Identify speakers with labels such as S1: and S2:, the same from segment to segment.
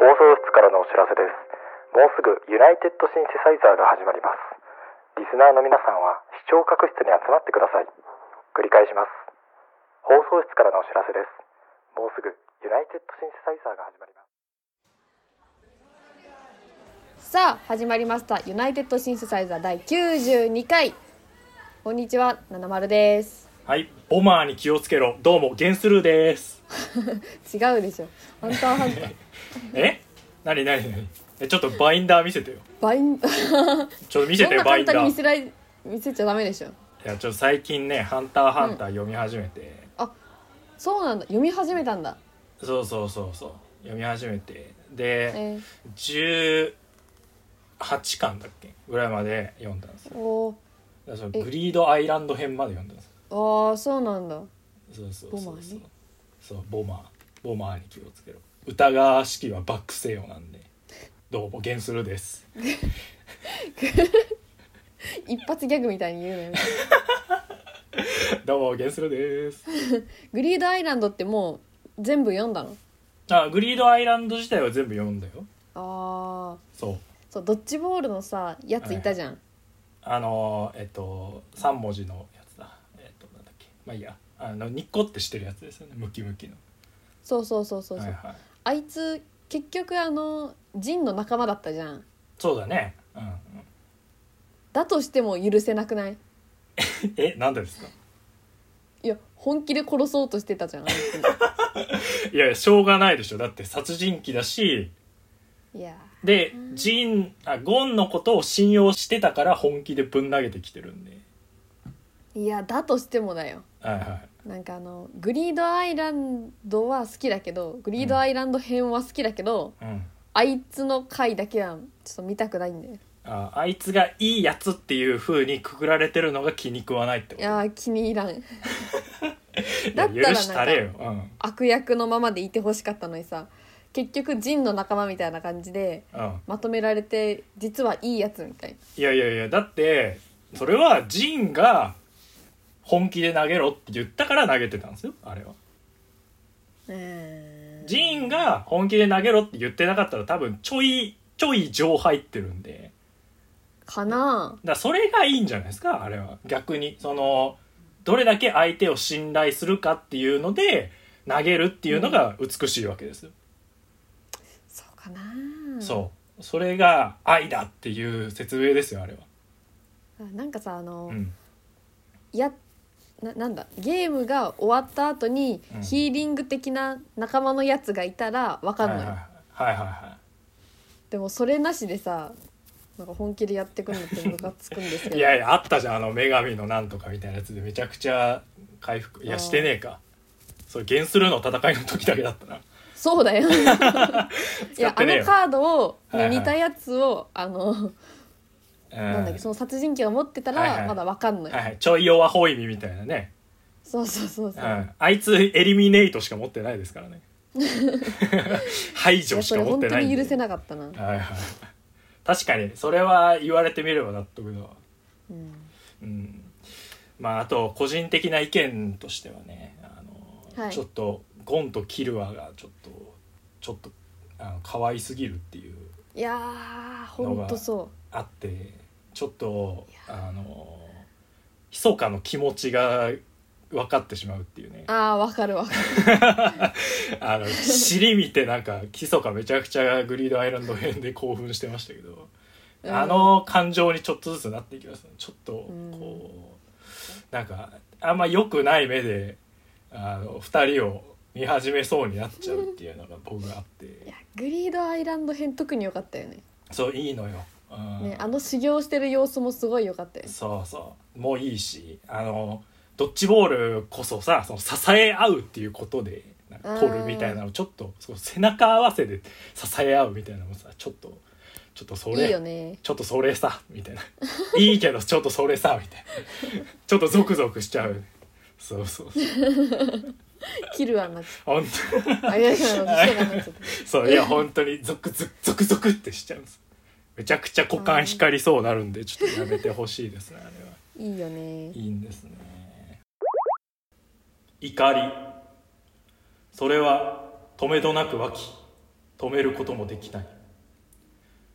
S1: 放送室からのお知らせですもうすぐユナイテッドシンセサイザーが始まりますリスナーの皆さんは視聴覚室に集まってください繰り返します放送室からのお知らせですもうすぐユナイテッドシンセサイザーが始まります
S2: さあ始まりましたユナイテッドシンセサイザー第92回こんにちはななまるです
S3: はい、ボマーに気をつけろ。どうも、ゲンスル ーです。
S2: 違うでしょハンターハンタ ー
S3: え何何何えちょっとバインダー見せてよ。
S2: バイン
S3: ちょっと見せ
S2: そん
S3: てよ、
S2: な
S3: バイ
S2: 簡
S3: ン
S2: 単に見
S3: ダー。い
S2: せられ見せちゃダメでしょ
S3: や、ちょっと最近ね、ハンターハンター読み始めて、
S2: そうなんだ読み始めたんだ
S3: そうそうそうそう、読み始めて、で、
S2: え
S3: 18巻だっけぐらいまで読んだんですよ。
S2: ー、おー
S3: だからその
S2: え
S3: グリードアイランド編まで読んだんです
S2: あーそうなんだ
S3: そうそう
S2: ボマ
S3: そうそう
S2: ーね
S3: そうボマーボマーに気をつけろ疑わしきはバックせよなんでどうもゲンスルーです
S2: 一発ギャグみたいに言うのよ
S3: どうもゲンスルーです
S2: グリードアイランドってもう全部読んだの
S3: あグリードアイランド自体は全部読んだよ
S2: あー
S3: そう
S2: そうドッジボールのさやついたじゃん、
S3: あのーえっと3文字のやつだえっとなんだっけまあいいやあのニッコってしてるやつですよねムキムキの
S2: そうそうそうそうそう、
S3: はいはい
S2: あいつ結局あのジンの仲間だったじゃん
S3: そうだねうんうん
S2: だとしても許せなくない
S3: えなんでですか
S2: いや本気で殺そうとしてたじゃんあい
S3: いやいやしょうがないでしょだって殺人鬼だし
S2: つ いや
S3: でジンあゴンのことを信用してたから本気でぶん投げてきてるんで
S2: いやだとしてもだよ
S3: はいはい
S2: なんかあのグリードアイランドは好きだけどグリードアイランド編は好きだけど、
S3: うん
S2: あいつの回だけはちょっと見たくないんだよ
S3: ああいつがいいやつっていう風にくくられてるのが気に食わないってこ
S2: い
S3: と
S2: やー気に入らん
S3: い
S2: だっ
S3: や
S2: た
S3: 許
S2: らなん
S3: した
S2: か
S3: れよ、うん
S2: 悪役のままでいてほしかったのにさ結局ジンの仲間みたいな感じで
S3: うん、
S2: まとめられて実はいいやつみたいない
S3: やいやいやだってそれはジンが本気で投げろって言ったから投げてたんですよあれは
S2: うん
S3: ジンが本気で投げろって言ってなかったら多分ちょいちょい情入ってるんで
S2: かな
S3: だからそれがいいんじゃないですかあれは逆にそのどれだけ相手を信頼するかっていうので投げるっていうのが美しいわけですよ、
S2: そうかな
S3: そうそれが愛だっていう説明ですよあれは
S2: あなんかさあの、
S3: うん
S2: やななんだゲームが終わった後に、
S3: うん
S2: ヒーリング的な仲間のやつがいたらわかんない、
S3: はいはいはいはいはい
S2: でもそれなしでさなんか本気でやってくるのってムカつくんですけど
S3: いやいやあったじゃんあの女神のなんとかみたいなやつでめちゃくちゃ回復い
S2: あー
S3: やしてねえかそうゲンスルーの戦いの時だけだったな
S2: そう だよい
S3: 使
S2: や
S3: っ
S2: あ
S3: てね
S2: の
S3: えよ
S2: カードを、
S3: はいはい
S2: 似たやつをあの、
S3: うん
S2: なんだっけその殺人鬼が持ってた
S3: はいは
S2: ら
S3: い
S2: まだわかんない、
S3: はいはい、ちょい弱ホイミみたいなね、
S2: そうそうそう
S3: う
S2: そう、
S3: ん、あいつエリミネイトしか持ってないですか らね排
S2: い
S3: 除
S2: や
S3: し
S2: そ
S3: か
S2: れ
S3: 持っ
S2: 本
S3: て
S2: 当
S3: ないん
S2: に
S3: で
S2: 許せなかったな、
S3: はいはい、確かにそれは言われてみれば納得だわ
S2: うん、
S3: うんまああと個人的な意見としてはねあの、
S2: はい
S3: ちょっとゴンとキルアがちょっとちょっとあの可愛すぎるっていう
S2: いやー本当そ
S3: あってちょっとあの密かの気持ちが分かってしまうっていうね
S2: うあーわかるわかる
S3: あの尻見てなんか基礎かめちゃくちゃグリードアイランド編で興奮してましたけど、
S2: うん
S3: あの感情にちょっとずつなっていきますねちょっとこう、なんかあんま良くない目であの2人を見始めそうになっちゃうっていうのが僕があっ
S2: い
S3: て
S2: やグリードアイランド編特に良かったよね
S3: そういいのよ、うん
S2: ねあの修行してる様子もすごい良かったよね
S3: そうそうもういいしあのドッジボールこそさその支え合うっていうことでなんか取るみたいなのちょっとそう背中合わせで支え合うみたいなのもさちょっとちょっとそれ
S2: いいよね
S3: ちょっとそれさみたいないいけどちょっとそれさみたいなちょっとゾクゾクしちゃうそうそうそう
S2: キルアンなっち
S3: 本当
S2: ゃったあいやいや人がなっちゃっ
S3: そういや本当にゾクゾクゾクゾクってしちゃうんですめちゃくちゃ股間光りそうになるんでちょっとやめてほしいですねあれは。
S2: たいいよね
S3: いいんですね怒りそれは止めどなく湧き止めることもできない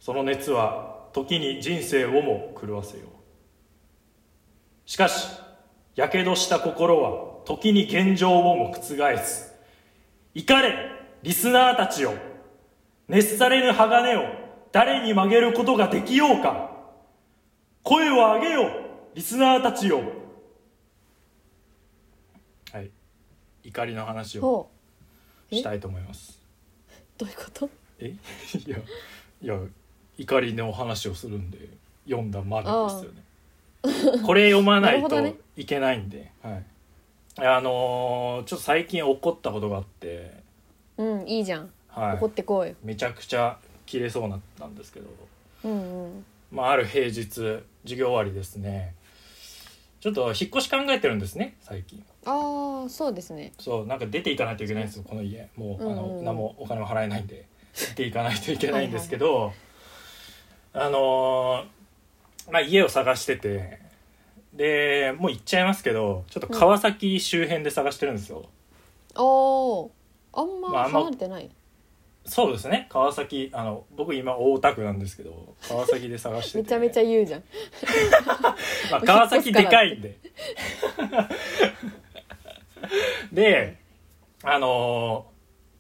S3: その熱は時に人生をも狂わせようしかしやけどした心は時に現状をも覆す怒れリスナーたちよ熱されぬ鋼を誰に曲げることができようか声を上げよリスナーたちよはい怒りの話を
S2: ほう
S3: したいと思います
S2: どういうこと
S3: え いやいや怒りの話をするんで読んだまでですよねこれ読まない
S2: なるほどね
S3: といけないんで、はいあのーちょっと最近怒ったことがあって
S2: うんいいじゃん、
S3: はい
S2: 怒ってこうよ
S3: めちゃくちゃ切れそうになったんですけど、
S2: うんうん
S3: まあ、ある平日授業終わりですねちょっと引っ越し考えてるんですね最近
S2: ああそうですね
S3: そうなんか出ていかないといけないんですよこの家もう、あ
S2: うんうん
S3: の
S2: うん
S3: 何もお金も払えない んで出ていかないといけないんですけどあのーまあ家を探しててでもう行っちゃいますけどちょっと川崎周辺で探してるんですよ、
S2: おーあん
S3: まあ
S2: ま
S3: あんま
S2: 離れてない、
S3: そうですね川崎あの僕今大田区なんですけど川崎で探して て
S2: めちゃめちゃ言うじゃん
S3: まあ、川崎でかいんで。 で、あの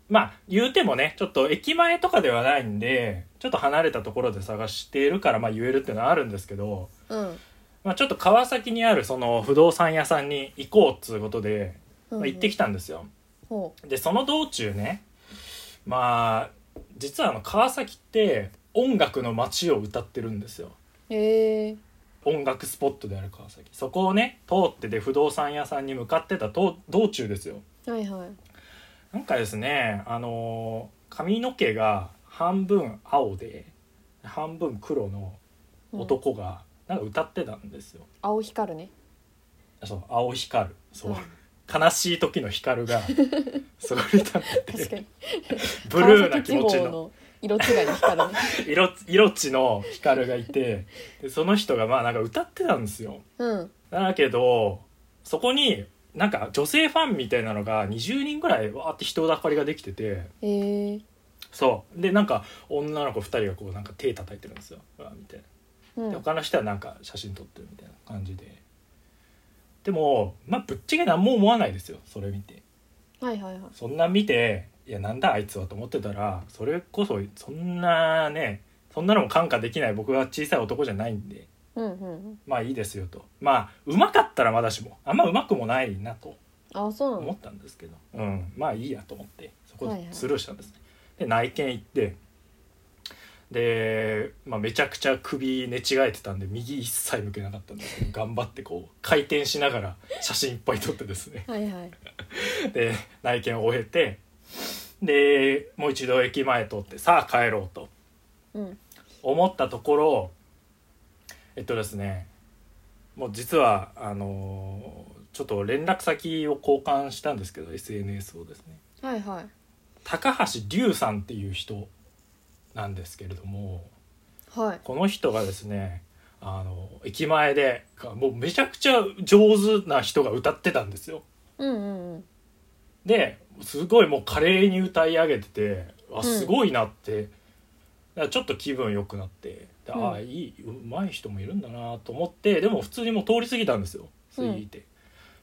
S3: ーまあ、言うてもね、ちょっと駅前とかではないんで、ちょっと離れたところで探しているから、まあ言えるっていうのはあるんですけど、
S2: うん
S3: まあちょっと川崎にあるその不動産屋さんに行こうっつうことで、
S2: うん
S3: まあ行ってきたんですよ。
S2: ほ
S3: で、その道中ね、まあ、実はあの川崎って音楽の街を歌ってるんですよ。
S2: うへえ
S3: 音楽スポットである川崎そこをね通ってで不動産屋さんに向かってたと道中ですよ
S2: はいはい
S3: なんかですねあのー髪の毛が半分青で半分黒の
S2: うん
S3: 男がなんか歌ってたんですよ、
S2: 青光るね
S3: そう青光るそう、
S2: うん
S3: 悲しい時の 光がそこに立って
S2: 確か
S3: て
S2: に
S3: ブルーな気持
S2: 川
S3: ち
S2: 崎地方
S3: の
S2: の色違いの光るね
S3: 色色地の光がいてでその人がまあなんか歌ってたんですよ
S2: うん
S3: だけどそこになんか女性ファンみたいなのが20人ぐらいわーって人だかりができてて
S2: へえ
S3: そうでなんか女の子2人がこうなんか手叩いてるんですようわーみたい
S2: うん
S3: なで他の人はなんか写真撮ってるみたいな感じででもまあぶっちゃけ何も思わないですよそれ見て
S2: はいはいはい
S3: そんな見ていやなんだあいつはと思ってたらそれこそそんなねそんなのも感化できない僕は小さい男じゃないんで
S2: うんうんうん
S3: まあいいですよとまあうまかったらまだしもあんまうまくもないなと
S2: あそうな
S3: 思
S2: の
S3: ったんですけど、うん、まあいいやと思ってそこ
S2: はいはい
S3: でスルーしたんですね、で内見行ってで、まあ、めちゃくちゃ首寝違えてたんで右一切向けなかったんですけど頑張ってこう回転しながら写真いっぱい撮ってですね
S2: はいはい
S3: で内見を終えてでもう一度駅前通ってさあ帰ろうと
S2: うん
S3: 思ったところえっとですねもう実はあのちょっと連絡先を交換したんですけど SNS をですね
S2: はいはい
S3: 高橋龍さんっていう人なんですけれども
S2: はい
S3: この人がですねあの駅前でもうめちゃくちゃ上手な人が歌ってたんですよ
S2: うんうんうん
S3: ですごいもう華麗に歌い上げてて
S2: ん
S3: あすごいなって、だからちょっと気分良くなってで
S2: うん
S3: ああいいうまい人もいるんだなと思ってでも普通にもう通り過ぎたんですよ過ぎて、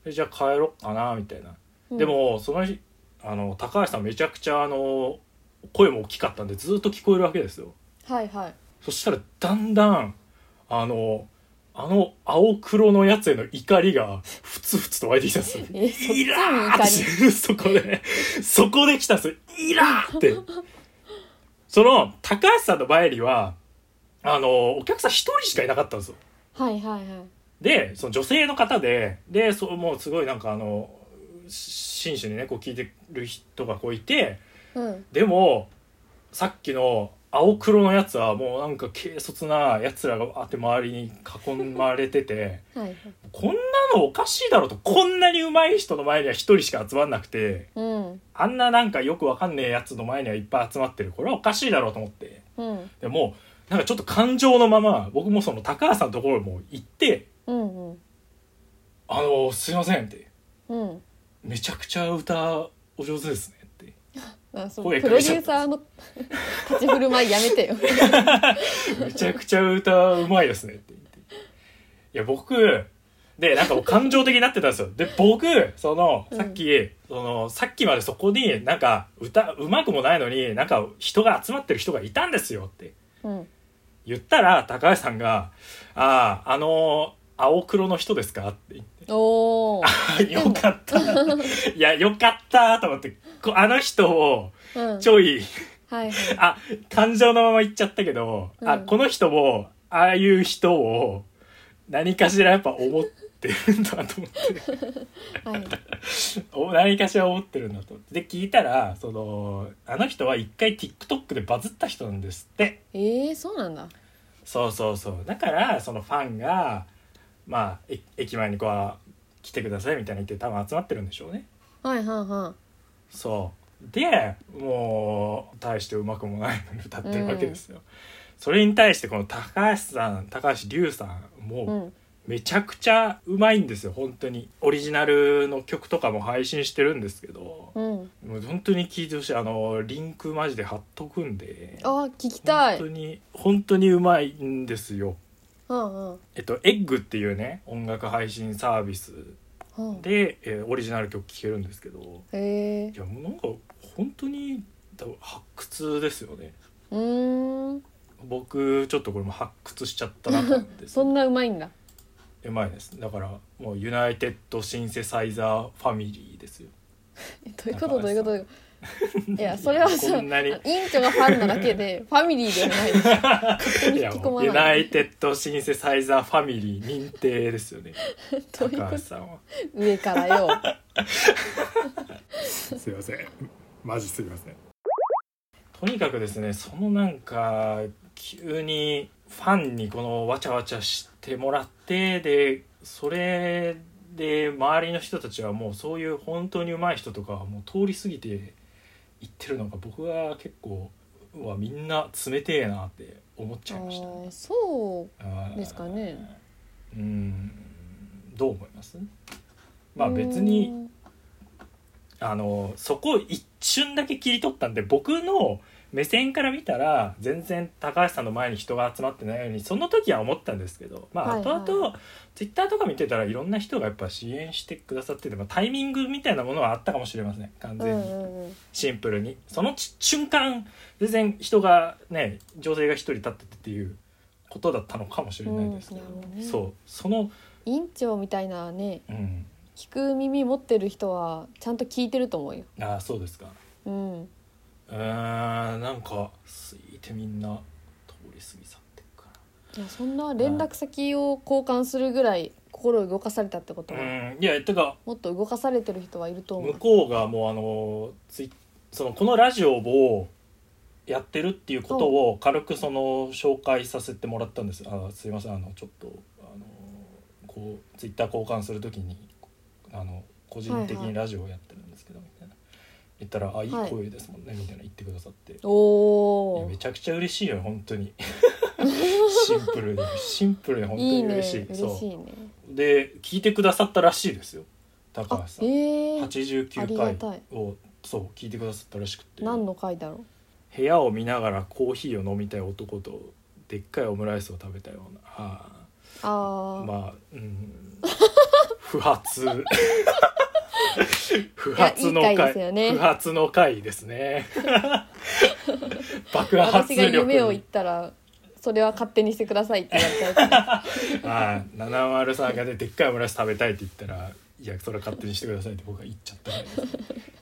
S3: でじゃあ帰ろっかなみたいな
S2: うん
S3: でもその日あの高橋さんめちゃくちゃあの声も大きかったんでずっと聞こえるわけですよ
S2: はいはい
S3: そしたらだんだんあのあの青黒のやつへの怒りがふつふつと湧いてきたんですよ
S2: えそっち
S3: イ
S2: に
S3: ラ
S2: 怒
S3: ー
S2: り
S3: ってそこでそこで来たんですよイラーってその高橋さんの前にはあのお客さん一人しかいなかったんですよ
S2: はいはいはい
S3: でその女性の方ででそうもうすごいなんかあのし真摯にねこう聞いてる人がこういて
S2: うん
S3: でもさっきの青黒のやつはもうなんか軽率なやつらがあって周りに囲まれてて
S2: はいはい
S3: こんなのおかしいだろとこんなに上手い人の前には一人しか集まんなくて
S2: うん
S3: あんななんかよくわかんねえやつの前にはいっぱい集まってるこれはおかしいだろうと思って
S2: うん
S3: でもうなんかちょっと感情のまま僕もその高橋さんのところにもう行って
S2: うんうん
S3: 「あのすいません」って
S2: うん
S3: 「めちゃくちゃ歌お上手ですね」って
S2: あその
S3: 声
S2: プ
S3: か
S2: ロデ
S3: けち
S2: ュ
S3: ゃ
S2: ー
S3: っ
S2: サーの 立ち振る舞いやめてよ
S3: めちゃくちゃ歌うまいですねって言って。いや、僕、で、なんかもう感情的になってたんですよ。で、僕、その、さっき、その、さっきまでそこになんか歌、うまくもないのに、なんか人が集まってる人がいたんですよって
S2: うん
S3: 言ったら、高橋さんが、ああ、あの青黒の人ですかって言って
S2: おお、
S3: あよかった。いや、よかったと思って、こあの人を、
S2: うん、
S3: ちょい、
S2: はいはい
S3: あ、感情のまま言っちゃったけど、あ、
S2: うん
S3: この人も、ああいう人を、何かしらやっぱ思ってる んだと思って
S2: はい
S3: お、何かしら思ってるんだと思って。で、聞いたら、その、あの人は一回 TikTok でバズった人なんですって。
S2: えー、そうなんだ
S3: そうそうそう。だから、そのファンが、まあ、え駅前にこう、来てくださいみたいな言って多分集まってるんでしょうね。
S2: はいはいは
S3: そうでもう大してうまくもないのに歌ってるわけですよ、それに対してこの高橋さん高橋龍さん
S2: いう
S3: も
S2: ん
S3: めちゃくちゃうまいんですよ本当にオリジナルの曲とかも配信してるんですけど、
S2: うん
S3: もう本当に聴いてほしいあのリンクマジで貼っとくんで
S2: あー聞きた
S3: 本
S2: い
S3: 当に本当にうまいんですよ
S2: うんうん
S3: えっと、エッグっていうね音楽配信サービス
S2: うん
S3: で、えーオリジナル曲聴けるんですけど
S2: へえ
S3: いやもうなんか本当に多分発掘ですよね
S2: うーん
S3: 僕ちょっとこれも発掘しちゃったななんで す
S2: そんなうまいんだ
S3: うまいですだからもうユナイテッドシンセサイザーファミリーですよ
S2: えどういうことどういうことどういうこといやそれはさ
S3: こんなに
S2: あ院長がファンなだけでファミリーではないです
S3: いや
S2: 引き込
S3: も
S2: まな
S3: う
S2: い
S3: ユナイテッドシンセサイザーファミリー認定ですよね
S2: どう
S3: 高
S2: いうこと
S3: 橋さんは
S2: 上からよ
S3: すいませんマジすいませんとにかくですねそのなんか急にファンにこのわちゃわちゃしてもらってでそれで周りの人たちはもうそういう本当にうまい人とかはもう通り過ぎていってるのが僕は結構うわみんな冷てえなって思っち
S2: あ
S3: ゃいました
S2: ー
S3: ね
S2: そう
S3: あー
S2: ですかね
S3: うんどう思いますまあ別に
S2: うーん
S3: あのそこを一瞬だけ切り取ったんで僕の目線から見たら全然高橋さんの前に人が集まってないようにその時は思ったんですけどまあ
S2: はい
S3: 後
S2: はい
S3: 々、ツイッターとか見てたらいろんな人がやっぱ支援してくださってて、まあ、タイミングみたいなものはあったかもしれません完
S2: うん
S3: 全に、
S2: うんうん
S3: シンプルにそのち瞬間全然人がね女性が一人立っててっていうことだったのかもしれないですけど、
S2: うんなるほどね
S3: そうその、
S2: 院長みたいなね
S3: うん、
S2: 聞く耳持ってる人はちゃんと聞いてると思うよ
S3: ああそうですか
S2: うん
S3: うーんなんかすいてみんな通り過ぎ去ってくか
S2: いやそんな連絡先を交換するぐらい心を動かされたってこと
S3: ら
S2: は、
S3: うんいやてか
S2: もっと動かされてる人はいると思
S3: 向
S2: う
S3: こうがもうあのツイそのこのラジオをやってるっていうことを軽くその紹介させてもらったんですあすいませんあのちょっとあのこうツイッター交換するときにあの個人的
S2: はいはい
S3: にラジオをやってるんですけどみたいな言ったら「あいい
S2: はい
S3: 声ですもんね」みたいな言ってくださって
S2: お
S3: いや
S2: お
S3: めちゃくちゃ嬉しいよ本 当にシンプルにシンプルに本当
S2: い
S3: に
S2: いね
S3: 嬉しい
S2: 嬉し
S3: そ
S2: いね
S3: うで聞いてくださったらしいですよ高
S2: あ
S3: 橋さん、
S2: ええー、ありが
S3: 89
S2: た
S3: 回
S2: い
S3: をそう聞いてくださったらしくて
S2: 何の回だろ
S3: 部屋を見ながらコーヒーを飲みたい男とでっかいオムライスを食べたようなあ
S2: うあ
S3: あ
S2: あ、
S3: まあうん 不発不
S2: いや
S3: 発の
S2: いい回ですよね
S3: 不発の回です ね爆発
S2: 私が
S3: 力
S2: 夢を言ったらそれは勝手にしてくださいって言われたや
S3: ああ七丸さんがねでっかいオムライス食べたいって言ったら「いやそれは勝手にしてください」って僕は言っちゃったからですね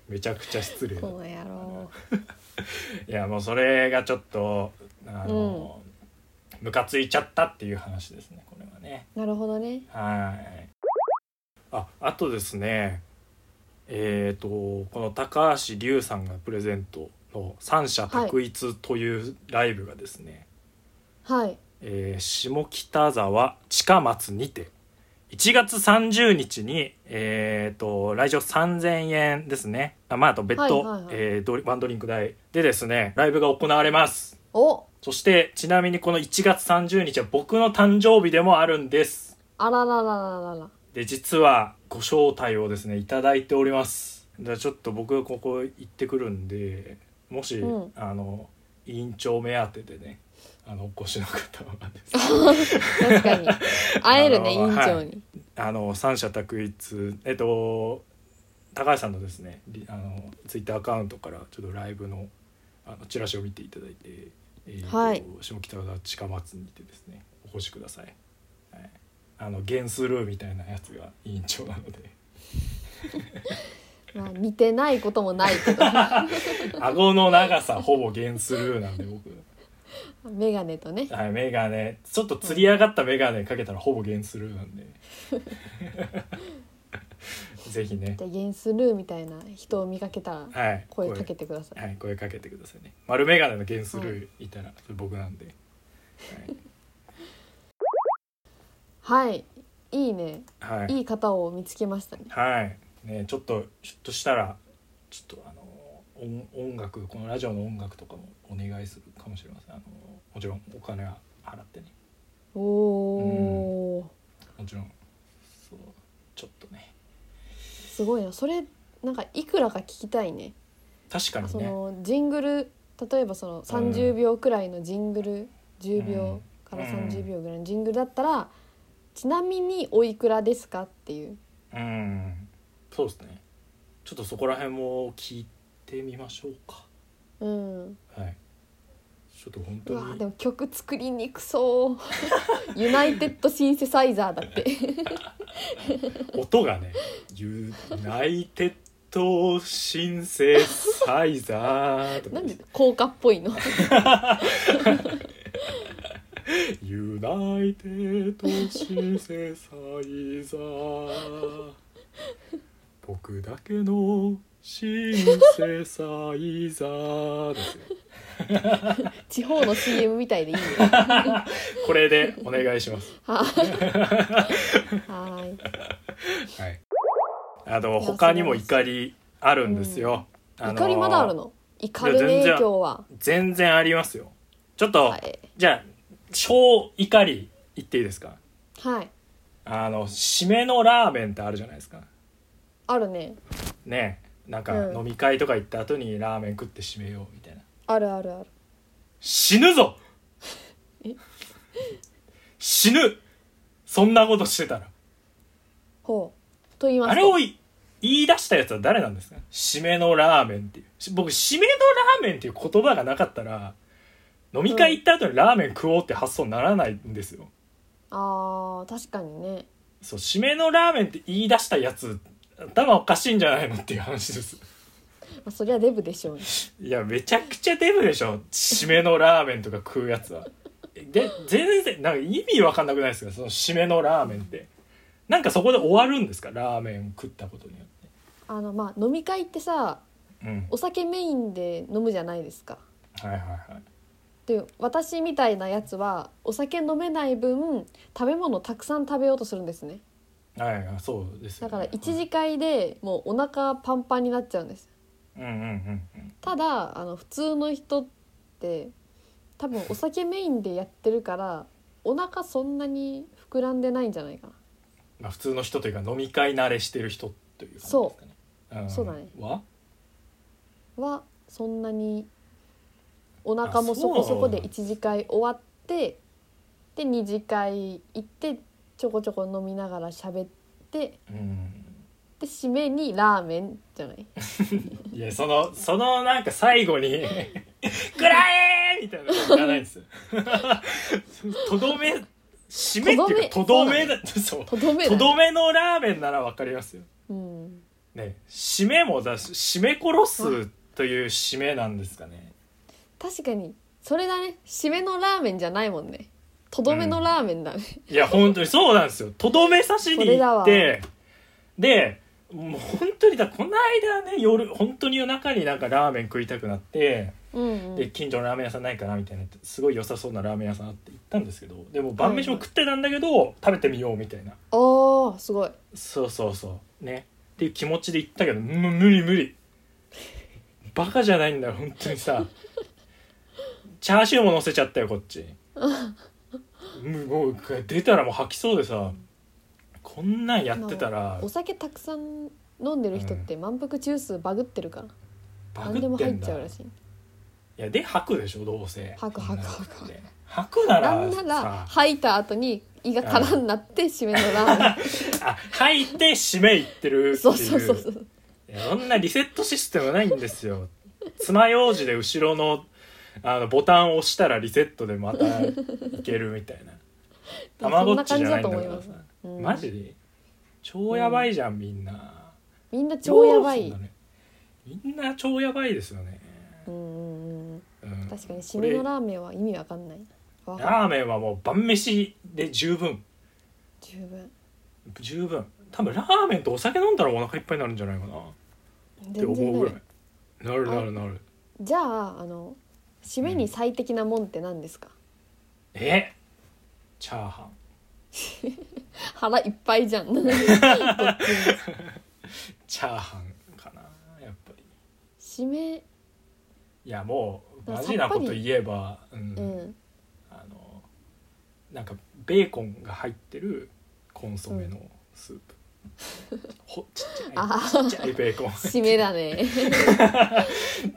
S3: めちゃくちゃ失礼
S2: つ
S3: だ
S2: この野郎
S3: いやもうそれがちょっとあの、ムカついちゃったっていう話ですねこれはね
S2: なるほどね
S3: はいああとですねえー、とこの高橋龍さんがプレゼントの「三者択一」というライブがですね、
S2: はい
S3: えー下北沢近松にて1月30日に、えー、と来場3000円ですねあまああと別途、
S2: はいはいはい
S3: えードリワンドリンク代でですねライブが行われます
S2: お
S3: そしてちなみにこの1月30日は僕の誕生日でもあるんです
S2: あらららららら
S3: で実はご招待をですねいただいておりますじゃあちょっと僕ここ行ってくるんでもし、
S2: うん
S3: あの委員長目当てでねあのお越しの方はですね
S2: 確 かに会えるね
S3: あ
S2: 委
S3: の
S2: 員長
S3: は
S2: に、
S3: あの三者択一えっと高橋さんのですねリあのツイッターアカウントからちょっとライブのあのチラシを見ていただいて、えーと
S2: はい
S3: 下北沢近松にてですねお越しください、はい、あのゲンスルーみたいなやつが委員長なので
S2: まあ、似てないこともないけど
S3: 顎の長さほぼゲンスルーなんで僕。
S2: 眼鏡とね
S3: はい、メガネちょっと釣り上がったメガネかけたらほぼ減するな んでぜひね
S2: じゃあゲンスルーみたいな人を見かけたら
S3: はい
S2: 声かけてください、
S3: はい、声かけてくださいね丸メガネの減するいたら、それ僕なんで、
S2: はいいいね
S3: はいはい
S2: いい方を見つけましたね
S3: はいね、ちょっとちょっとしたらちょっとあの音音楽このラジオの音楽とかもお願いするかもしれませんあのもちろんお金は払ってね
S2: おおー、
S3: もちろんそうちょっとね
S2: すごいなそれなんかいくらか聞きたいね
S3: 確かにね
S2: そのジングル例えばその
S3: う
S2: 30
S3: ん
S2: 秒くらいのジングル10
S3: う
S2: 秒
S3: ん
S2: から
S3: うん
S2: 30秒ぐらいのジングルだったらちなみにおいくらですかっていう
S3: うんそうですねちょっとそこら辺も聞いてみましょうか
S2: うん
S3: はいちょっと本
S2: う
S3: 当
S2: わ
S3: に
S2: でも曲作りにくそう ユナイテッドシンセサイザーだって
S3: 音がね「ユナイテッドシンセサイザー」とか
S2: なんで効果っぽ いの
S3: 「ユナイテッドシンセサイザー」僕だけのシンセサイザーですよ
S2: 地方の CM みたいでいいね
S3: これでお願いし ます
S2: はーいはーい
S3: はい、あの
S2: いや
S3: 他にも怒りあるんですよ、あの
S2: 怒りまだあるの怒るね
S3: い
S2: 今
S3: や全然
S2: 日は
S3: 全然ありますよちょっと、
S2: はい
S3: じゃあ小怒り言っていいですか
S2: はい
S3: あの締めのラーメンってあるじゃないですか
S2: あるね
S3: ねなんか
S2: うん
S3: 飲み会とか行った後にラーメン食って締めようみたいな
S2: あるあるある
S3: 死ぬぞ
S2: え
S3: 死ぬそんなことしてたら
S2: ほうと言います
S3: あ
S2: と
S3: れをい言い出したやつは誰なんですか締めのラーメンっていう。し僕、締めのラーメンっていう言葉がなかったら、飲み会行った後にラーメン食おうって発想にならないんですよ。
S2: あー確かにね
S3: そう、締めのラーメンって言い出したやつ、頭おかしいんじゃないのっていう話です。
S2: まあそりゃデブでしょうね
S3: いや、めちゃくちゃデブでしょ。締めのラーメンとか食うやつは。で、全然、なんか意味わかんなくないですかその締めのラーメンって。なんかそこで終わるんですかラーメンを食ったことによっ
S2: あのまあ飲み会ってさ
S3: て。うん。
S2: お酒メインで飲むじゃないですか
S3: はいはいはい。
S2: で私みたいなやつはお酒飲めない分食べ物をたくさん食べようとするんですね
S3: はいはい、そうですよ
S2: だ
S3: ね、
S2: から一次会でもうお腹パンパンになっちゃうんです
S3: うんうんうんうん
S2: ただあの普通の人って多分お酒メインでやってるからお腹そんなに膨らんでないんじゃないかな
S3: まあ普通の人というか飲み会慣れしてる人という感じですかねうん
S2: そうだね
S3: は
S2: はそんなにお腹もそこそこで
S3: あそう
S2: 1次会終わってで2次会行ってちょこちょこ飲みながら喋って
S3: うん
S2: で締めにラーメンじゃ ない
S3: いやそのそのなんか最 後に「くらえ!」みたいなのいらないんです よとどめ締めっていうか
S2: と
S3: とど
S2: どめ
S3: めだそう
S2: とどめ
S3: と
S2: だ
S3: どめのラーメンならわかりますよ
S2: うん
S3: ね締めもだし締め殺すという締めなんですかね
S2: 確かにそれだね締めのラーメンじゃないもんねとどめのラーメンだね、
S3: いや本当にそうなんですよとどめ刺しに
S2: それだ
S3: 行っ
S2: わ
S3: てでもう本当にだこの間ね夜本当に夜中になんかラーメン食いたくなって、
S2: うん、う
S3: で
S2: ん、
S3: 近所のラーメン屋さんないかなみたいなすごい良さそうなラーメン屋さんあって行ったんですけどでも晩飯も食ってたんだけど、食べてみようみたいな
S2: おーすごい
S3: そうそうそうねっていう気持ちで行ったけどむ無理無理バカじゃないんだよ本当にさチャーシューも乗せちゃったよこっちむもう出たらもう吐きそうでさこんなんやってたら
S2: お酒たくさん飲んでる人って満腹中枢バグってるから、
S3: バ
S2: 何で
S3: グ
S2: も
S3: って
S2: 入っ
S3: んだ
S2: ちゃうら
S3: い
S2: しい
S3: やで吐くでしょどうせ
S2: 吐く吐く
S3: そんな
S2: 吐く
S3: で吐くな
S2: な
S3: ら
S2: んなら
S3: さ
S2: 吐いた後に胃が空になって締めのラーメ ン
S3: あ吐いて締めいってるっていう
S2: そうそうそうそう
S3: いやそんなリセットシステムないんですよ爪楊枝で後ろのあのボタンを押したらリセットでまたいけるみたい なたまごっちじゃないん
S2: そんな感じだと
S3: だか
S2: 思い
S3: ら
S2: ま
S3: さ
S2: す、うん
S3: マジ超やばいじゃんみんな、
S2: みんな超やば
S3: よう
S2: い
S3: そんなねみんな超やばいですよね、
S2: うんうんうん
S3: うん
S2: 確かに締めのラーメンは意味わかんないわ
S3: これ
S2: かる
S3: ラーメンはもう晩飯で十分
S2: 十分
S3: 十分多分ラーメンとお酒飲んだらお腹いっぱいになるんじゃないかなって
S2: 全
S3: 思
S2: 然
S3: う
S2: な
S3: ぐ
S2: い
S3: らいなるなるなる
S2: じゃああの締めに最適なもんって何ですか、
S3: えチャーハン
S2: 腹いっぱいじゃんどっちも
S3: チャーハンかなやっぱり
S2: 締め
S3: いやもう
S2: まあ
S3: マジなこと
S2: さっぱり
S3: 言えば、うん
S2: うん
S3: あのなんかベーコンが入ってるコンソメのスー プ、ほちっちゃ
S2: あ
S3: いちっちゃいベーコンちっ
S2: 締めだ ね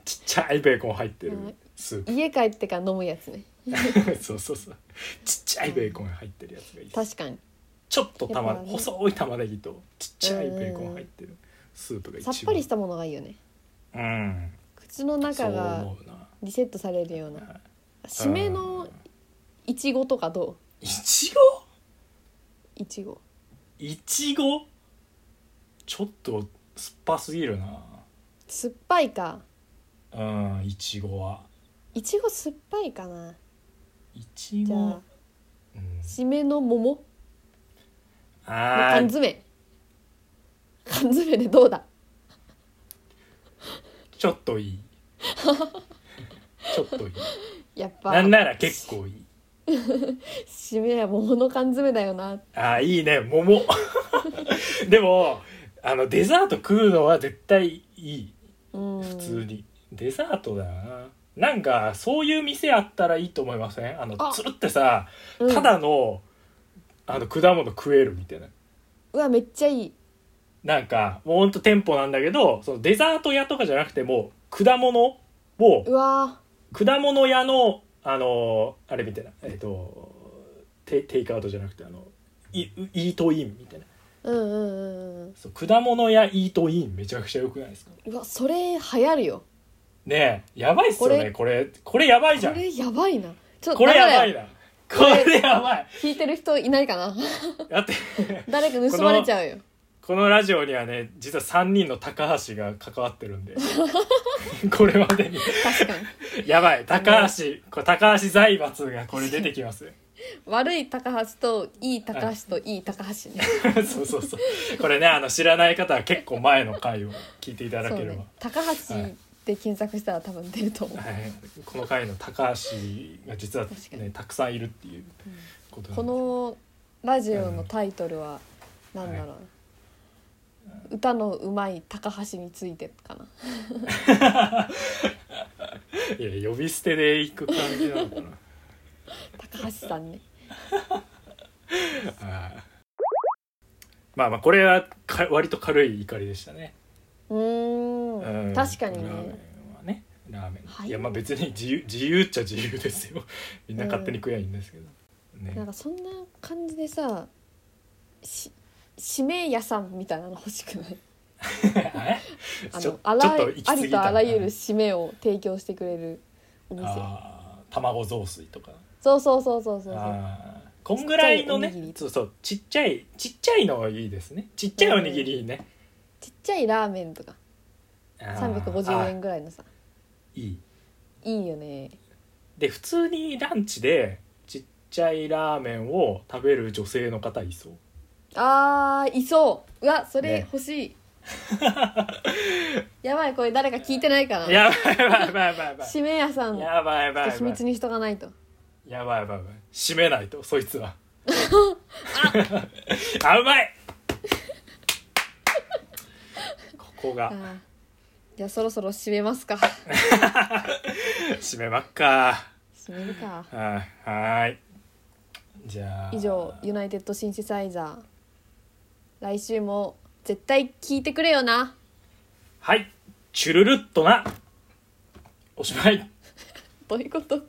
S3: ちゃいベーコン入ってるス ー
S2: 家帰ってから飲むやつね
S3: プそうそうそうちっちゃいベーコン入ってるやつがいいです
S2: 確かに
S3: ちょっと玉、
S2: やっぱね
S3: 細い玉ねぎとちっちゃいベーコン入ってるスープが一
S2: さ
S3: 番
S2: っぱりしたものがいいよね
S3: うん
S2: 口の中
S3: そう
S2: が
S3: 思うな
S2: リセットされるような
S3: はい
S2: 締めのいちごとかど
S3: いちご
S2: ういちご
S3: いちごちょっと酸っぱすぎるな
S2: 酸っぱいか
S3: うんいちごはい
S2: ちご酸っぱいかない
S3: ち
S2: じゃ
S3: ご
S2: あ
S3: うん
S2: 締めの桃の
S3: あ
S2: 缶
S3: ー
S2: 詰缶詰でどうだ
S3: ちょっと いいちょっといい
S2: やっぱ
S3: なんなら結構いい
S2: 締めは桃の缶詰だよな
S3: あーいいね桃 でもあのデザート食うのは絶対いい
S2: うん
S3: 普通に、デザートだよななんかそういう店あったらいいと思いませんあの
S2: あ
S3: つるってさ
S2: うん
S3: ただの,、あの果物食えるみたいな
S2: うわめっちゃいい
S3: なんかもうほんと店舗なんだけどそのデザート屋とかじゃなくてもう果物を
S2: うわ
S3: 果物屋のあのーあれみたいなえっ、とテテイクアウトじゃなくてあのイイートインみたいな
S2: ーうんうんうんうん
S3: そう果物屋イートインめちゃくちゃ良くないですか
S2: うわそれ流行るよ
S3: ねえやばいっすよねこれこれやばいじゃ
S2: こ
S3: んこれ
S2: れやばいなちょっと
S3: やば
S2: 誰
S3: い
S2: だよ
S3: なこれやばい
S2: 聞いてる人いないかな
S3: だって
S2: 誰か盗まれちゃうよ
S3: このラジオにはね実は3人の高橋が関わってるん でこれまでに
S2: 確かに
S3: やばい高橋これ高橋財閥がこれ出て きますよ
S2: 悪い高橋といい高橋といい高橋ね
S3: そうそうそうこれねあの知らない方は結構前の回を聞いていただ
S2: そう
S3: ければ、
S2: ね高橋で検索したら多分出ると思う、
S3: はい、この回の高橋が実は
S2: 確か
S3: ね
S2: に
S3: たくさんいるっていうことなん
S2: このラジオのタイトルは何だろう、歌のうまい高橋についてかな
S3: でいや呼び捨てでいく感じなのかな
S2: 高橋さん ね
S3: はいまあまあこれはか割と軽い怒りでしたね、
S2: うーん
S3: うん
S2: 確かに
S3: ラーメ
S2: ね
S3: ンはねラーメン、
S2: はい
S3: い、やまあ別に自由自由っちゃ自由ですよみんな勝手に食えばいいんですけど、ね
S2: なんかそんな感じでさし指名屋さんみたいなの欲しくないあ
S3: ちょ
S2: のあら
S3: ちょっと行き過
S2: あ
S3: ぎた
S2: りとあらゆる締めを提供してくれるお店
S3: あー卵雑炊とか
S2: そうそうそうそうそうそう
S3: あーこんぐらいの
S2: ちっちゃいおにぎ
S3: ね
S2: り
S3: そうそうちっちゃいちっちゃいのがいいですねちっちゃいおにぎりいいね、
S2: ちっちゃいラーメンとか
S3: あー
S2: 350
S3: あ
S2: 円ぐらいのさ
S3: いい
S2: いいよね
S3: で普通にランチでちっちゃいラーメンを食べる女性の方いそう
S2: あーいそううわそれ
S3: ね
S2: 欲しい、 やばいこれ誰か聞いてないかな
S3: やばいやばいやばいやばいやばい
S2: 締め屋さんちょ
S3: やばいやばい
S2: っ
S3: や
S2: と秘
S3: ばい
S2: 密にしとかないと
S3: やばいやばいやばい閉めないとそいつ は あうまいここ
S2: あ
S3: が
S2: ーじゃあそろそろ締めますか
S3: 閉めまっか
S2: 締めるか
S3: はいはいじゃあ
S2: 以上ユナイテッドシンセサイザー来週も絶対聞いてくれよな
S3: はいチュルルッとなおしまい
S2: どういうこと